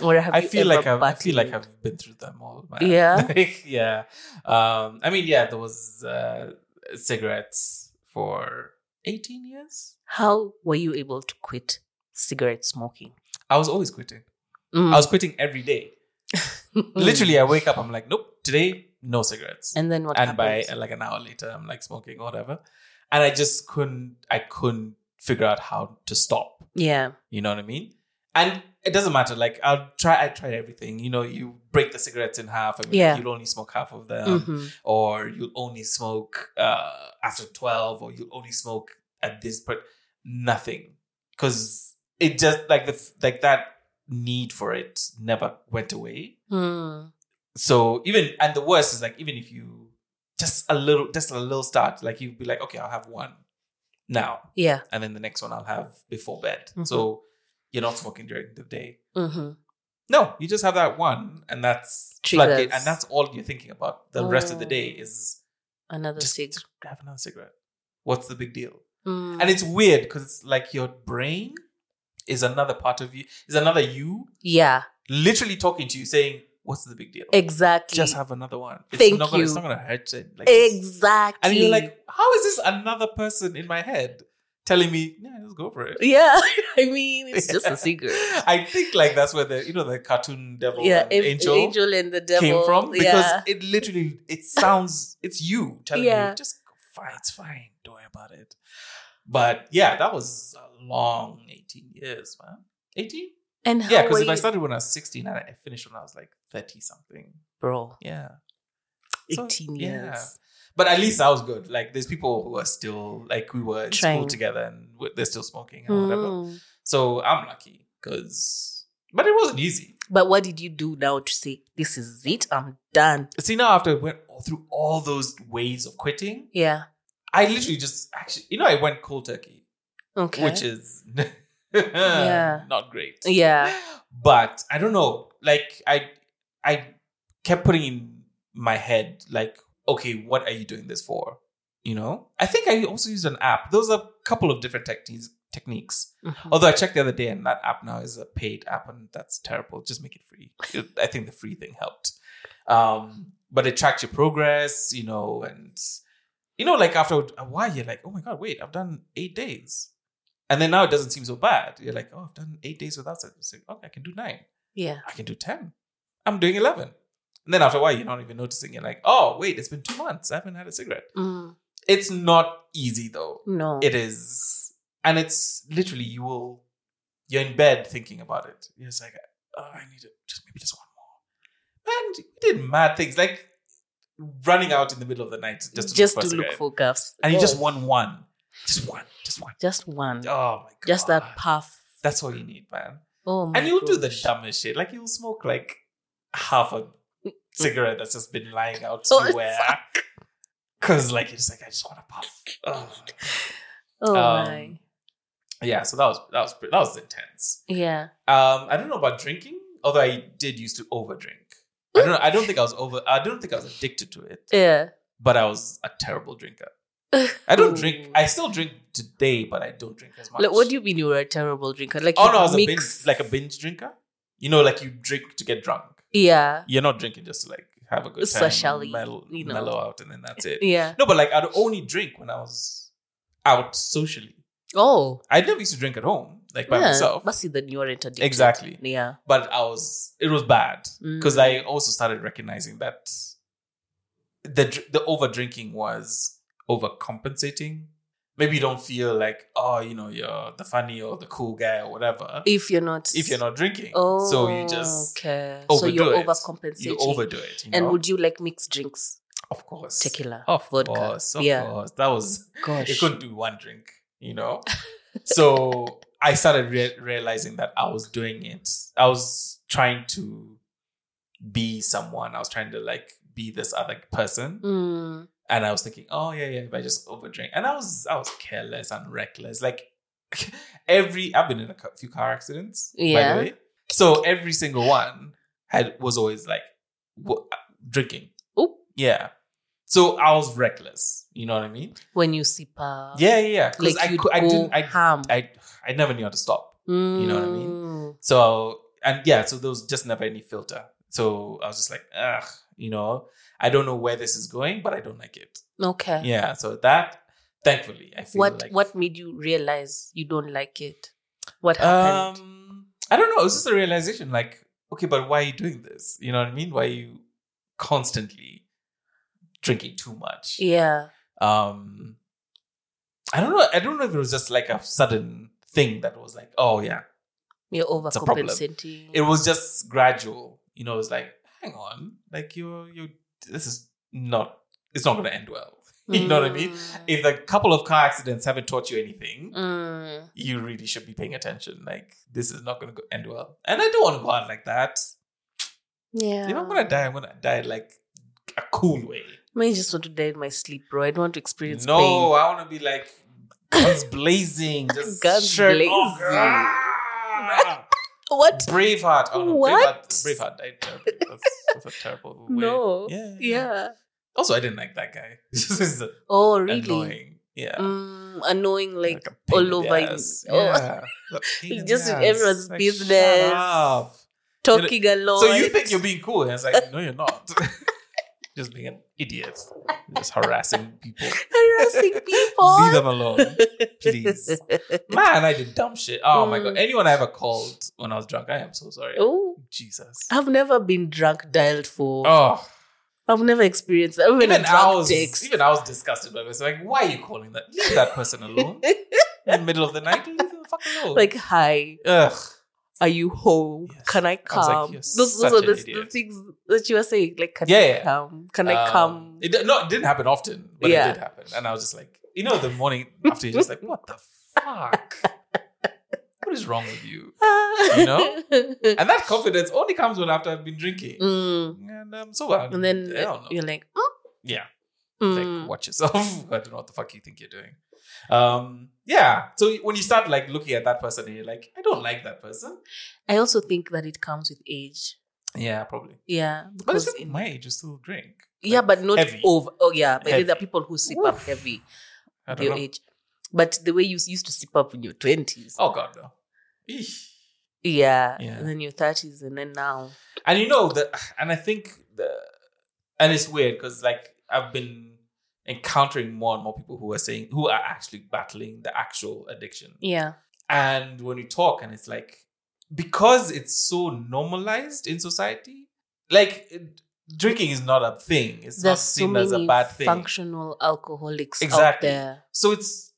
Or have
I
you
feel
ever
like I've, I feel like
battled?
I've been through them all. Man.
Yeah?
Like, yeah. Um, I mean, yeah, there was uh, cigarettes for 18 years.
How were you able to quit cigarette smoking?
I was always quitting.
Mm.
I was quitting every day. Literally, I wake up, I'm like, nope, today, no cigarettes.
And then what
and by
happens?
uh, like an hour later i'm like smoking or whatever and i just couldn't i couldn't figure out how to stop
yeah.
you know what i mean and it doesn't matter like i'll try i tried everything you know you break the cigarettes in half and
Yeah.
you'll only smoke half of them
hmm
or you'll only smoke uh, after 12 or you'll only smoke at this but nothing because it just like the f- like that need for it never went away
Mm.
so even and the worst is like even if you just a little just a little start like you'd be like okay i'll have one now
Yeah.
and then the next one i'll have before bed
Mhm.
so you're not smoking during the day
hmm
no you just have that one and that's
Triggers.
floodgate, and that's all you're thinking about the rest of the day
Oh.
is
Another
just
cig.
have another cigarette what's the big deal
Mm.
and it's weird because it's like your brain is another part of you is another you
yeah,
literally talking to you saying what's the big deal
exactly.
just have another one. It's
Thank
not gonna, It's
you.
not gonna hurt it. Like,
exactly.
And you're like, how is this another person in my head telling me, yeah, let's go for it?
yeah. I mean, it's just a cigarette.
I think like that's where the you know the cartoon devil
yeah,
and
if-
angel,
angel and the devil
came from because
yeah.
it literally it sounds it's you telling
Yeah.
you just go, fine, it's fine, don't worry about it. But yeah, that was a long eighteen years, man. Eighteen?
and how
Yeah, because
were
if I
you-
started when I was sixteen and I finished when I was like thirty something.
bro,
Yeah. So,
eighteen
yeah.
years.
But at least I was good. Like there's people who are still like we were in
Trying.
school together and w- they're still smoking and whatever.
Mm.
So I'm lucky because, but it wasn't easy.
But what did you do now to say this is it? I'm done.
See now after I went all through all those waves of quitting,
Yeah.
I literally just actually you know I went cold turkey,
Okay.
which is not great.
yeah.
But I don't know. Like I, I kept putting in my head like, okay, what are you doing this for? You know. I think I also used an app. Those are a couple of different techniques. Techniques.
Mhm.
Mm-hmm. Although I checked the other day, and that app now is a paid app, and that's terrible. Just make it free. It- I think the free thing helped. Um, but it tracked your progress, you know, and you know, like after a while, you're like, oh my god, wait, I've done eight days, and then now it doesn't seem so bad. You're like, oh, I've done eight days without it. So, okay, I can do nine.
Yeah.
I can do ten. I'm doing eleven. And then after a while, you're not even noticing. You're like, oh wait, it's been two months. I haven't had a cigarette.
Mm.
It's not easy though.
No.
It is, and it's literally you will. You're in bed thinking about it. You're just like, oh, I need to just maybe just one more. And we did mad things like running out in the middle of the night just to look for, a cigarette.
for gaps.
and you
Oh,
just want one, just one, just one.
just one,
Oh my god,
just that puff.
That's all you need, man.
Oh my
and you'll do the
gosh.
dumbest shit. Like you'll smoke like half a cigarette that's just been lying out
Oh,
somewhere. Cause like you're just like I just want to puff. Ugh.
Oh
Um,
my.
Yeah, so that was that was pre- that was intense.
Yeah.
Um, I don't know about drinking, although I did used to overdrink. I don't know, I don't think I was over. I don't think I was addicted to it,
Yeah.
but I was a terrible drinker. I don't
Ooh.
drink. I still drink today, but I don't drink as much.
Like, what do you mean you were a terrible drinker? Like
Oh
you
no, I was
mix-
a binge, like a binge drinker. You know, like you drink to get drunk.
Yeah.
you're not drinking just to like have a good time,
Socially,
mellow,
you know.
mellow out, and then that's it.
Yeah.
No, but like I'd only drink when I was out socially.
Oh.
I never used to drink at home, like by
yeah.
myself.
Must see that you weren't addicted.
Exactly.
Yeah.
But I was, it was bad because
Mm.
I also started recognizing that the dr- the over drinking was overcompensating. Maybe you don't feel like oh you know you're the funny or the cool guy or whatever
if you're not
if you're not drinking.
oh
so you just
okay so
overdo
you're
it.
overcompensating
you overdo it. You know?
and would you like mixed drinks
of course
tequila
Of
vodka
course, of
yeah
course. That was
gosh
it couldn't do one drink, you know? so I started rea- realizing that I was doing it. I was trying to be someone. I was trying to like be this other person.
Mm,
And I was thinking, oh yeah, yeah, if I just overdrink. And I was I was careless and reckless. Like every I've been in a cou- few car accidents, by
Yeah.
the way. So every single one had was always like w- uh, drinking.
Oop.
Yeah. So I was reckless. You know what I mean?
when you sip uh,
Yeah, yeah, yeah. Because
like
I,
you
cou- I didn't, I,
ham
I, I never knew how to stop. know what I mean?
Mm.
So, and yeah, so there was just never any filter. So I was just like, ugh, you know, I don't know where this is going, but I don't like it.
okay
Yeah. So that, thankfully, I feel
what
like.
what made you realize you don't like it what happened
Um, I don't know. It was just a realization like, okay, but why are you doing this? You know what I mean? Why are you constantly drinking too much?
yeah
um i don't know i don't know if it was just like a sudden thing that was like oh yeah
you're
a problem.
overcompensating
it was just gradual you know it was like hang on like you're you this is not it's not going to end well you know what i mean
Mm.
if a couple of car accidents haven't taught you anything
Mm.
you really should be paying attention like this is not going to end well and i don't want to go out like that
yeah
if i'm going to die i'm going to die like a cool way
I just want to die in my sleep, bro. I don't want to experience
no,
pain.
I want to be like guns blazing, just
Guns
shirt off.
blazing.
Ah!
What?
Braveheart. Oh, no,
What?
Braveheart, Braveheart died terribly. That's, that's a terrible way.
No.
Yeah, Mm.
Yeah.
Also, I didn't like that guy. this is
Oh, really?
annoying. Yeah.
Mm, annoying, like,
a pain
all
in the
over you.
ass.
Oh.
Yeah. A pain in the
Just in
ass.
everyone's
Like,
business.
Shut up.
talking a lot.
So you think you're being cool? And it's like, no, you're not. just being an idiot. Just harassing people.
harassing
Leave
people?
them alone. please. Man, I did dumb shit. Oh my
Mm.
god. Anyone I ever called when I was drunk, I am so sorry.
oh,
Jesus.
I've never been drunk dialed for.
Oh,
I've never experienced that. Even,
even
a
I
drunk
was
text.
even I was disgusted by this. Like, why are you calling that? Leave that person alone in the middle of the night. Leave them the fuck alone.
like, hi,
ugh.
are you home?
Yes.
Can
was
I
like,
come?
you're
those
such
those are
an
the, the
idiot.
things that you were saying. Like, can
Yeah,
I
yeah.
come? Can I
Um,
come?
It, di- no, it didn't happen often, but
Yeah.
it did happen, and I was just like, you know, the morning after, you're just like, what the fuck? what is wrong with you? you know? And that confidence only comes when after I've been drinking,
Mm.
and I'm sober.
And then
I don't know.
you're like, mm,
Yeah.
mm.
like watch yourself i don't know what the fuck you think you're doing um yeah so when you start like looking at that person and you're like i don't like that person
I also think that it comes with age.
yeah probably
Yeah,
but
because
it's
in-
my age you still drink
yeah, but not
heavy.
over. Oh yeah, but
Heavy.
there are people who sip up
Oof.
heavy
i
at
don't
your
know
age. But the way you used to sip up in your twenties,
oh god no Eesh.
yeah,
Yeah.
and then your thirties, and then now,
and you know that and i think the and it's weird because like i've been encountering more and more people who are saying who are actually battling the actual addiction
yeah,
and when you talk and it's like because it's so normalized in society like it- drinking is not a thing it's not
there's so
seen
many
as a bad thing
functional alcoholics out
Exactly.
there.
so it's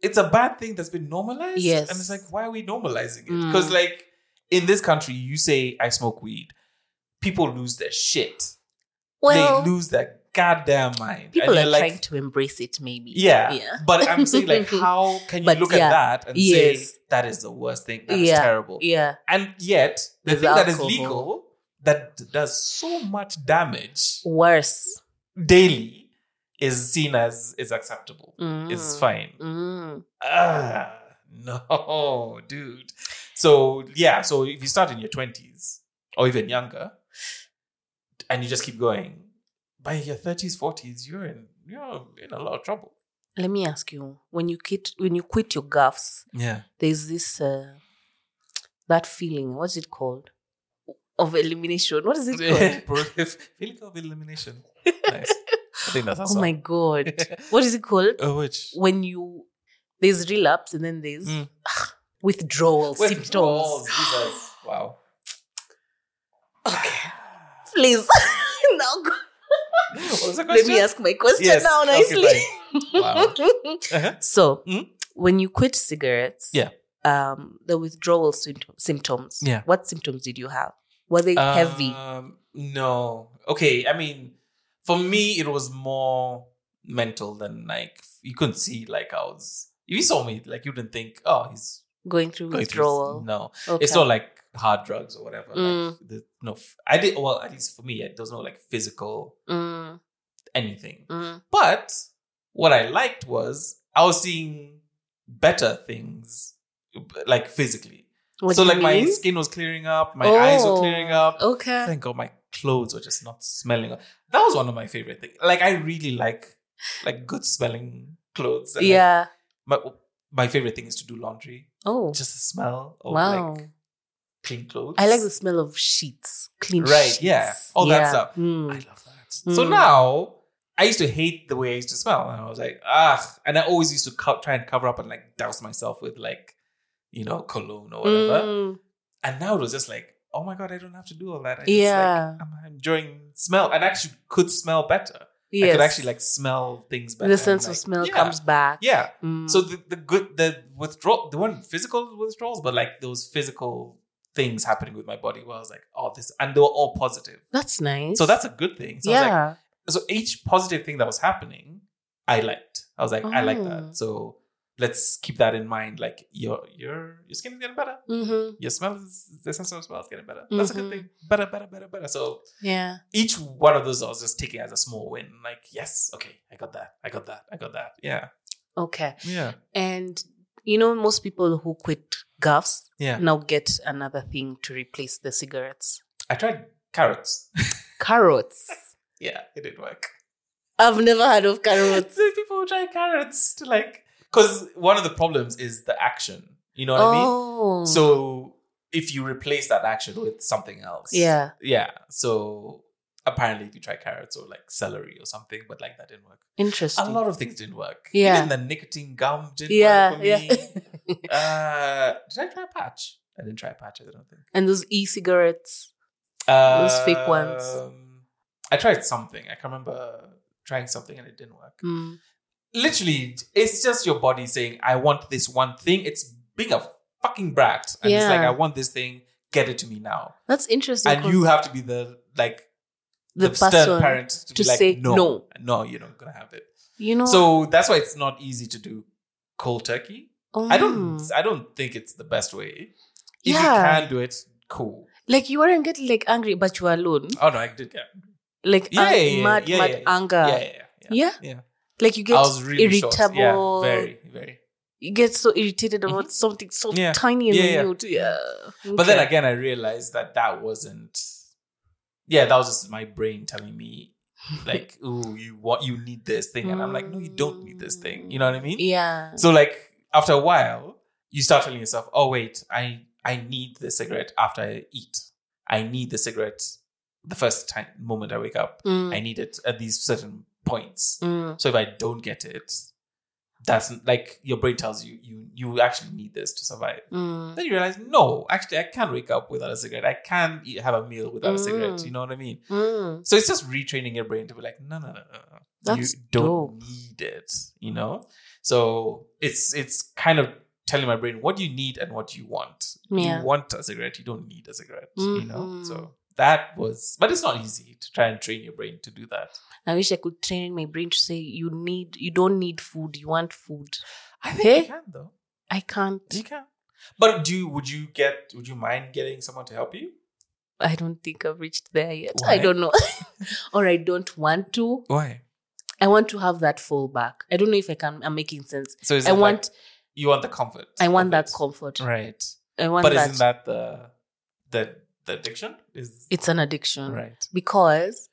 it's a bad thing that's been normalized
Yes.
and it's like why are we normalizing it
Mm.
because like in this country you say i smoke weed people lose their shit
Well,
they lose their goddamn mind
people
you're
are trying to embrace it, maybe.
yeah.
yeah,
But I'm saying, like, how can you
But
look
yeah.
at that and
Yes.
say that is the worst thing? That is
Yeah.
terrible.
yeah.
And yet, the
There's
thing that is
alcohol.
legal that d- does so much damage
Worse
daily is seen as is acceptable.
mm.
It's fine.
Mm.
Ah, no, dude. So yeah, so if you start in your twenties or even younger, and you just keep going, by your thirties, forties, you're in you're in a lot of trouble.
Let me ask you: when you quit, when you quit your gaffs,
Yeah.
there's this uh, that feeling what's it called of elimination what is it called
Feeling of elimination. Nice. I think that's a
oh
song.
my god what is it called
Oh, which
when you there's relapse and then there's
Mm.
withdrawal
Wait,
symptoms
oh, Jesus. Wow.
okay please now go-
What was the
Let
question?
me ask my question
Yes.
now
Okay,
nicely.
fine. Wow. Uh-huh.
So,
Mhm.
when you quit cigarettes,
Yeah.
um, the withdrawal symptom- symptoms.
Yeah.
What symptoms did you have? Were they heavy?
Um, no. Okay. I mean, for me, it was more mental than like you couldn't see like I was. If you saw me, like you didn't think, oh, he's
Going through
going through-
withdrawal.
No,
Okay.
it's not like hard drugs or whatever. Like
Mm.
the, no, f- I did. Well, at least for me, it was no like physical
Mm,
anything.
mm,
But what I liked was I was seeing better things, like physically.
What
so
do you
like my
mean?
skin was clearing up, my eyes were
Oh,
clearing up.
Okay.
Thank God my clothes were just not smelling. That was one of my favorite things. Like I really like like good smelling clothes. And, like,
yeah.
my my favorite thing is to do laundry.
Oh.
Just the smell of
wow.
like clean clothes.
I like the smell of sheets. Clean
Right,
sheets.
yeah. All that stuff.
Mm.
I love that. So
Mm.
now I used to hate the way I used to smell, and I was like, ah. And I always used to co- try and cover up and like douse myself with like, you know, cologne or whatever.
Mm.
And now it was just like, oh my god, I don't have to do all that. I
Yeah.
just, like, I'm enjoying smell, and actually could smell better. I
Yes.
could actually like smell things better.
the
and,
sense of
like-
smell
yeah,
comes back.
Yeah.
Mm.
So the, the good the withdrawal the one physical withdrawals, but like those physical things happening with my body where I was like, oh this and they were all positive.
that's nice.
So that's a good thing. So I was like,
yeah.
so each positive thing that was happening, I liked. I was like, I like
Oh.
that. So let's keep that in mind. Like your your your skin is getting better.
mm-hmm.
Your smell is the sense of smell is getting better. That's a
Mhm.
good thing. Better, better, better, better. So
Yeah.
each one of those I was just taking as a small win. Like, yes, okay, I got that. I got that. I got that. Yeah.
Okay.
Yeah.
And you know, most people who quit gaffs
Yeah.
now get another thing to replace the cigarettes.
I tried carrots.
Carrots.
yeah, it didn't work.
I've never heard of carrots.
So people who try carrots to like because one of the problems is the action. You know what I mean?
oh.
So if you replace that action with something else,
yeah.
yeah. So apparently, if you try carrots or like celery or something, but like that didn't work.
Interesting.
A lot of things didn't work.
Yeah.
even the nicotine gum didn't
yeah.
work for
Yeah.
me. uh, did I try a patch? I didn't try a patch. I don't think
and those e-cigarettes.
those
fake ones.
Um, I tried something. I can remember trying something and it didn't work.
Mm.
Literally, it's just your body saying, "I want this one thing." It's being a fucking brat, and it's like,
Yeah.
"I want this thing. Get it to me now."
That's interesting.
and
'cause
you have to be the like the,
the, person.
stern parent to, be
to
like
say
no,
no.
no, no, you're not gonna have it.
You know.
So that's why it's not easy to do cold turkey. I don't,
Mm.
I don't think it's the best way. If you
Yeah.
can do it, cool.
Like you weren't getting like angry, but you were alone.
Oh no, I did get
Like
Yeah,
ang-
yeah, yeah,
mad,
yeah,
mad
yeah,
Uh, anger.
yeah, yeah, yeah. yeah.
Yeah.
Yeah.
Like you
I
get
was really short.
irritable.
Yeah, very, very.
you get so irritated about something so
Yeah.
tiny and
Yeah, yeah.
minute. Yeah.
But then
Okay.
again, I realized that that wasn't. Yeah, that was just my brain telling me, like, "Ooh, you want, you need this thing," and I'm like, "No, you don't need this thing." You know what I mean?
Yeah.
So like after a while, you start telling yourself, "Oh wait, I I need the cigarette after I eat. I need the cigarette the first time moment I wake up.
Mm.
I need it at these certain points.
Mm.
So if I don't get it, that's like your brain tells you you you actually need this to survive.
Mm.
Then you realize, no, actually, I can't wake up without a cigarette. I can eat, have a meal without a cigarette.
Mm.
You know what I mean?
Mm.
So it's just retraining your brain to be like, no, no, no, no, no.
That's
you don't
dope.
need it, you know. So it's it's kind of telling my brain what you need and what you want.
Yeah.
You want a cigarette, you don't need a cigarette, you know.
Mhm.
So that was, but it's not easy to try and train your brain to do that.
I wish I could train my brain to say you need you don't need food, you want food.
I think
Hey.
you can though.
I can't
You can. But do you, would you get? Would you mind getting someone to help you?
I don't think I've reached there yet. I
Why?
don't know. or I don't want to.
Why?
I want to have that fallback. I don't know if I can I'm making sense.
So is
I
it like
want
you want the comfort.
I want
of
that
it?
comfort.
Right.
I want
But
that.
isn't that the the the addiction? Is
It's um, an addiction.
right.
Because,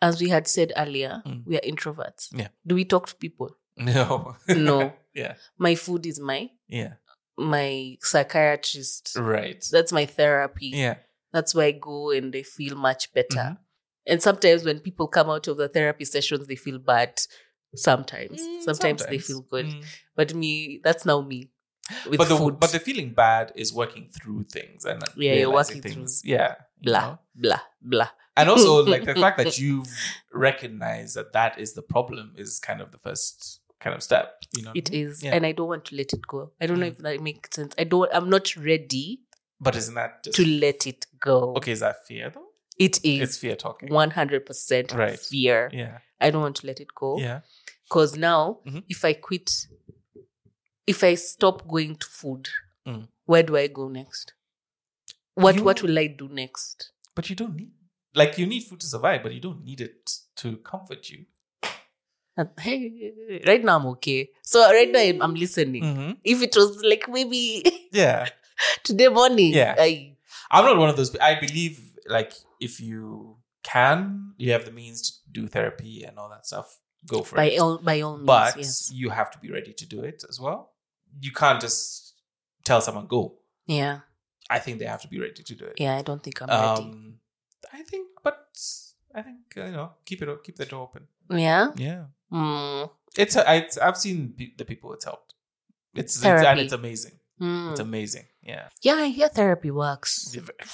as we had said earlier,
Mm.
we are introverts.
Yeah.
Do we talk to people?
No.
No.
yeah.
my food is my
Yeah.
my psychiatrist.
Right.
That's my therapy.
Yeah.
That's where I go and they feel much better.
Mm-hmm.
And sometimes when people come out of the therapy sessions, they feel bad. Sometimes, sometimes, they feel good.
Mm.
But me, that's now me with
But the
food.
but the feeling bad is working through things and
Yeah, you're
realizing
working
things. Yeah. you
blah
know?
blah blah.
and also like the fact that you recognize that that is the problem is kind of the first kind of step you know
It is,
Yeah. Mm.
and I don't want to let it go. I don't know if that makes sense. I don't. I'm not ready
but isn't that just
to let it go.
okay is that fear though
It
it's
is
fear talking
one hundred percent
Right.
fear.
yeah
I don't want to let it go
yeah
because now,
Mhm.
if I quit, if I stop going to food,
Mm.
where do I go next? What
You-
What will I do next?
but you don't need like you need food to survive but you don't need it to comfort you
And, hey, right now I'm okay. So right now I'm, I'm listening.
Mhm.
If it was like maybe
yeah
today morning,
Yeah.
I,
I'm not one of those. pe- I believe like if you can, you have the means to do therapy and all that stuff. Go for
by
it.
all by all means,
but
yes,
you have to be ready to do it as well. You can't just tell someone go.
yeah,
I think they have to be ready to do it.
yeah. I don't think I'm
um, I think, but I think uh, you know, keep it o- keep the door open.
ready. Yeah.
Yeah,
Mm.
it's, I- it's I've seen pe- the people it's helped. It's, it's and
Therapy.
it's amazing.
Mm.
It's amazing. Yeah,
Yeah, I hear therapy works,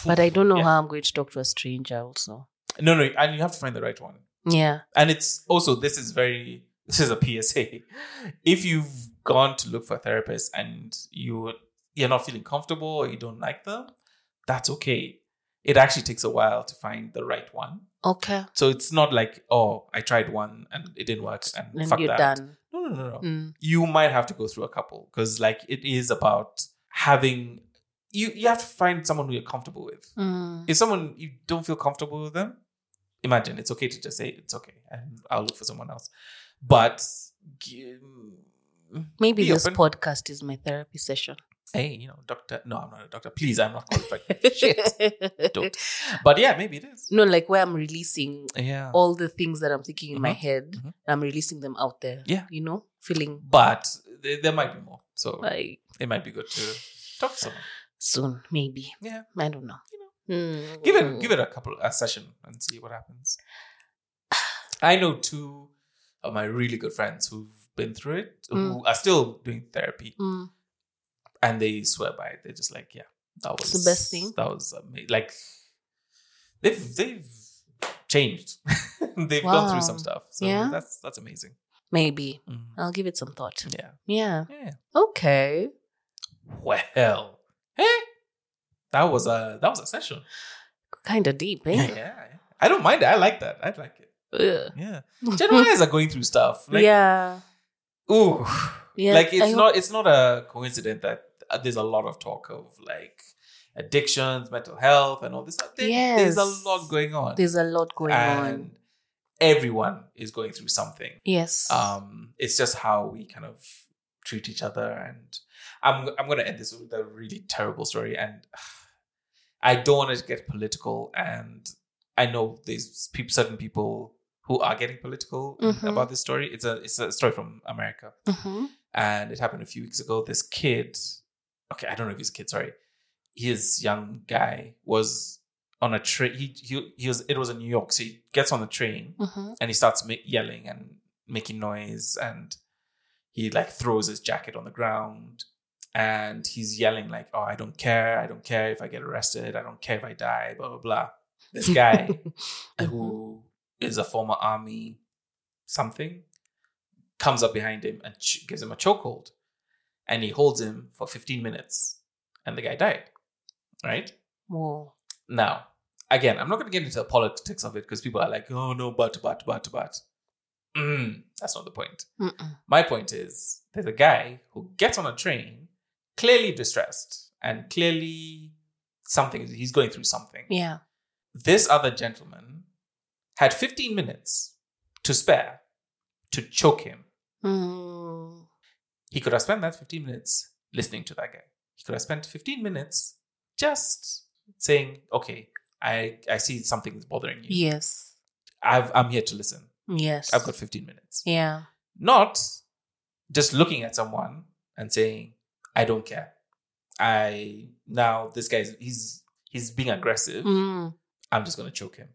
but I don't know how I'm going to talk to a stranger. Also,
No, no, and you have to find the right one.
yeah,
and it's also this is very this is a PSA. If you've gone to look for a therapist and you you're not feeling comfortable or you don't like them, that's okay. It actually takes a while to find the right one.
okay,
So it's not like, oh, I tried one and it didn't work and
then
fuck
you're
that.
done.
No, no, no, no.
Mm.
You might have to go through a couple because like it is about having you you have to find someone who you're comfortable with
Mm.
if someone you don't feel comfortable with them, imagine it's okay to just say it's okay and I'll look for someone else. But g-
Maybe
be
this
open.
podcast is my therapy session.
hey, you know, doctor, no, I'm not a doctor. Please, I'm not qualified. Shit. Don't. But yeah, maybe it is.
No, like where I'm releasing
Yeah.
all the things that I'm thinking in my
Mhm,
head,
mhm.
I'm releasing them out there.
Yeah.
you know, feeling
But th- there might be more, so
like
it might be good to talk to someone.
soon, maybe.
Yeah.
I don't know.
You
Mm.
Give it, give it a couple a session and see what happens. I know two of my really good friends who've been through it, who are still doing therapy,
Mm.
and they swear by it. They're just like, yeah, that was
It's the best thing.
That was amazing. Like they've they've changed. they've gone
Wow.
through some stuff. So
Yeah?
that's that's amazing.
Maybe
Mm.
I'll give it some thought.
Yeah.
Yeah.
Yeah.
Okay.
Well, hey, that was a that was a session.
Kind of deep, eh?
Yeah. yeah. I don't mind it. I like that. I like it.
Ugh.
Yeah. Gen Ys are going through stuff. Like,
yeah.
Ooh.
Yeah.
like it's
I hope-
not it's not a coincidence that uh, there's a lot of talk of like addictions, mental health, and all this. stuff. There- There's
Yes.
a lot going on.
There's a lot going
uh, and
on.
everyone is going through something.
Yes.
Um, it's just how we kind of treat each other. And I'm I'm gonna end this with a really terrible story. And I don't want to get political. And I know there's peop certain people who are getting political
Mhm.
about this story. It's a it's a story from America,
Mhm.
and it happened a few weeks ago. This kid, okay, I don't know if he's a kid. Sorry, his young guy was. On a train, he, he he was. It was in New York, so he gets on the train,
Mhm.
and he starts ma- yelling and making noise and he like throws his jacket on the ground and he's yelling like oh i don't care i don't care if i get arrested i don't care if i die blah blah blah this guy who is a former army something comes up behind him and ch- gives him a chokehold and he holds him for 15 minutes and the guy died right
Whoa.
now, again, I'm not going to get into the politics of it because people are like, oh no, but, but, but, but. Mm, that's not the point.
Mm-mm.
My point is there's a guy who gets on a train, clearly distressed and clearly something, he's going through something.
Yeah.
This other gentleman had 15 minutes to spare to choke him.
Mm.
He could have spent that 15 minutes listening to that guy. He could have spent 15 minutes just saying, okay, I, I see something is bothering you.
Yes.
I've, I'm here to listen.
Yes.
I've got 15 minutes.
Yeah.
Not just looking at someone and saying, I don't care. I now this guy's he's he's being aggressive.
Mm.
I'm just gonna choke him.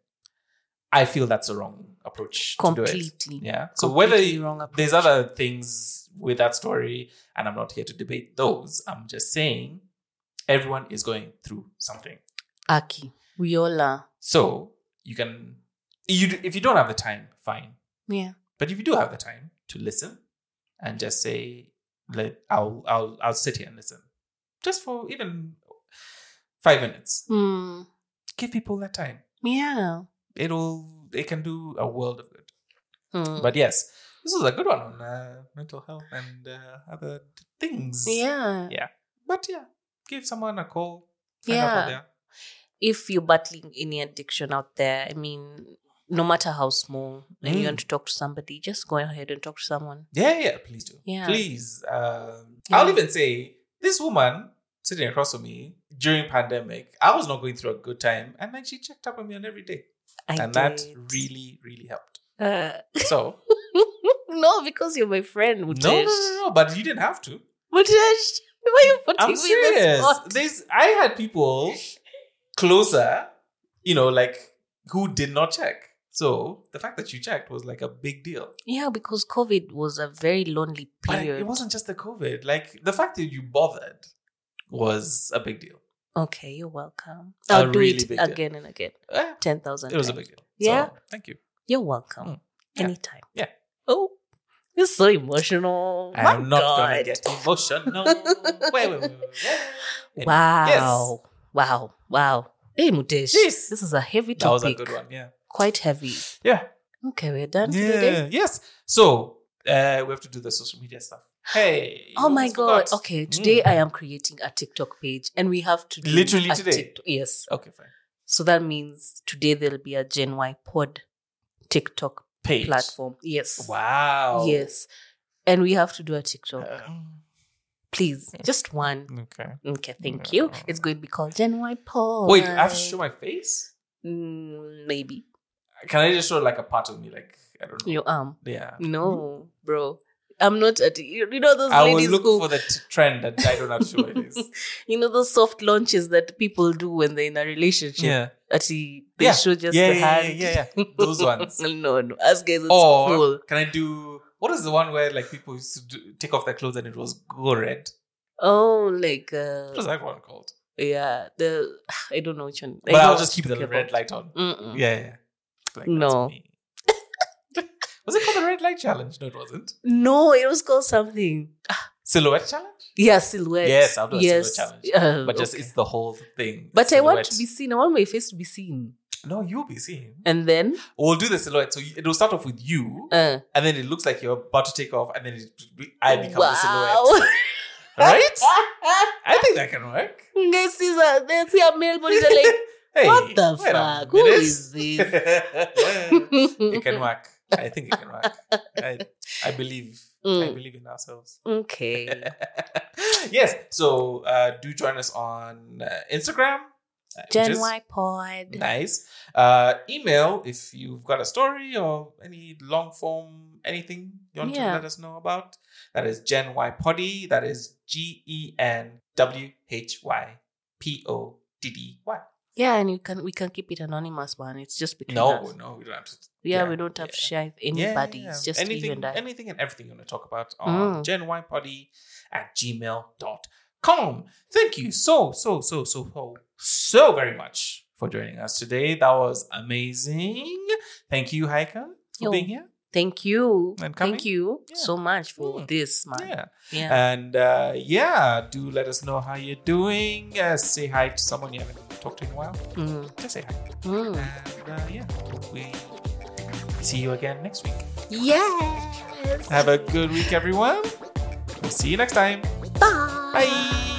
I feel that's the wrong approach to do it.
Completely.
Yeah. So whether
Completely wrong approach.
there's other things with that story, and I'm not here to debate those. I'm just saying everyone is going through something.
Aki. We all are.
So you can you d- if you don't have the time, fine.
Yeah.
But if you do have the time to listen and just say, let I'll I'll I'll sit here and listen. Just for even five minutes.
Hmm.
Give people that time.
Yeah.
It'll it can do a world of good.
Hmm.
But yes, this was a good one on uh, mental health and uh, other t- things.
yeah.
But yeah, give someone a call.
Yeah. If you're battling any addiction out there, I mean, no matter how small, and you
Mm.
want to talk to somebody, just go ahead and talk to someone.
Yeah, yeah, please do.
Yeah.
Please. Um,
Yeah.
I'll even say this woman sitting across from me during pandemic, I was not going through a good time, and like she checked up on me on every day,
I
and that
did.
really, really helped.
Uh,
So
no, because you're my friend.
no,
Mutesh.
no, no, no, but you didn't have to.
Mutesh, why are you putting
I'm
me in the
serious.
spot?
There's, I had people closer, you know, like who did not check. So the fact that you checked was like a big deal.
Yeah, because COVID was a very lonely
But
period.
it wasn't just the COVID. Like the fact that you bothered was a big deal.
Okay, you're welcome.
A
I'll do
really
it
big deal.
again and again.
Eh,
Ten thousand.
it was a big deal. So,
Yeah.
thank you.
You're welcome.
Mm. Yeah.
Anytime.
Yeah.
Oh, you're so emotional. My
I'm not gonna
God.
get emotional. wait, wait, wait, wait, wait. Anyway,
Wow. Wow. Wow. Hey, Mutesh.
Jeez.
This is a heavy
That
topic.
was a good one. Yeah.
Quite heavy.
Yeah.
Okay, we're done for today.
Yeah. Yes. So uh, we have to do the social media stuff. Hey.
Oh
you
my
almost
God.
forgot.
Okay,
Mm.
today I am creating a TikTok page and we have to do
Literally
a
today?
TikTok- yes.
Okay, fine.
So that means today there'll be a Gen Y pod TikTok
Page.
platform. Yes.
Wow.
Yes. And we have to do a TikTok.
Um,
Please. Just one.
okay.
Okay, thank you. It's going to be called Gen Y pod.
Mm. Wait, I have to show my face?
Mm, maybe.
Can I just show like a part of me? Like, I don't know.
Your arm.
Yeah.
um, No, bro. I'm not at you you know mm, those
I will
ladies
look
who
for the t- trend that I don't have to show my face.
you know those soft launches that people do when they're in a relationship. At the, they
Yeah.
show just
Yeah,
the
yeah,
hand.
yeah, yeah, yeah. Those ones. Oh.
no, no. Us guys, it's
Or
cool.
can I do what is the one where like people used to do, take off their clothes and it was go red?
Oh, like
What is
uh,
that one called?
yeah, the I don't know which one.
But
I know
I'll
what
just keep
you're
the
talking
red
about.
light on.
Mm-mm.
Yeah, yeah. Like, that's
Mm. No.
me. was it called the red light challenge? No, it wasn't.
No, it was called something.
Silhouette challenge.
Yeah, silhouette.
Yes, I'll do a silhouette
challenge.
But just it's the whole thing.
But I want
Silhouette.
to be seen. I want my face to be seen.
No, you'll be seeing.
And then,
We'll do the silhouette. So you- it'll start off with you,
uh,
and then it looks like you're about to take off, and then it, I become the silhouette.
wow.
Right? I think that can work.
This is a this is a male body. They're like,
Hey,
what the
wait a
fuck? Who
minute.
is this?
it can work. I think it can work. I, I believe. I
Mm.
believe in ourselves.
okay.
yes. So uh, do join us on uh, Instagram. uh, which
Gen
is
Y pod.
Nice. Uh, email if you've got a story or any long form anything you want
Yeah.
to let us know about. That is Gen Y Poddy. That is G E N W H Y P O D D Y.
Yeah, and you can we can keep it anonymous, man. It's just between
No,
us.
no, we don't have to
Yeah,
yeah,
we don't have
yeah.
to share with
Yeah,
anybody.
yeah,
It's just
anything,
you and I.
anything and everything you want to talk about on
Mm.
genypoddy at gmail.com. Thank you so, so, so, so, so, so very much for joining us today. That was amazing. Thank you, Haika, for
Yo.
being here.
Thank you.
And coming?
Thank you
Yeah.
so much for
Mm.
this, man.
Yeah.
Yeah.
And uh, yeah, do let us know how you're doing. Uh, say hi to someone you haven't talked to in a while.
Mm.
Just say hi.
Mm.
And uh, yeah, hope we see you again next week.
Yes.
Have a good week, everyone. We'll see you next time.
Bye.
Bye.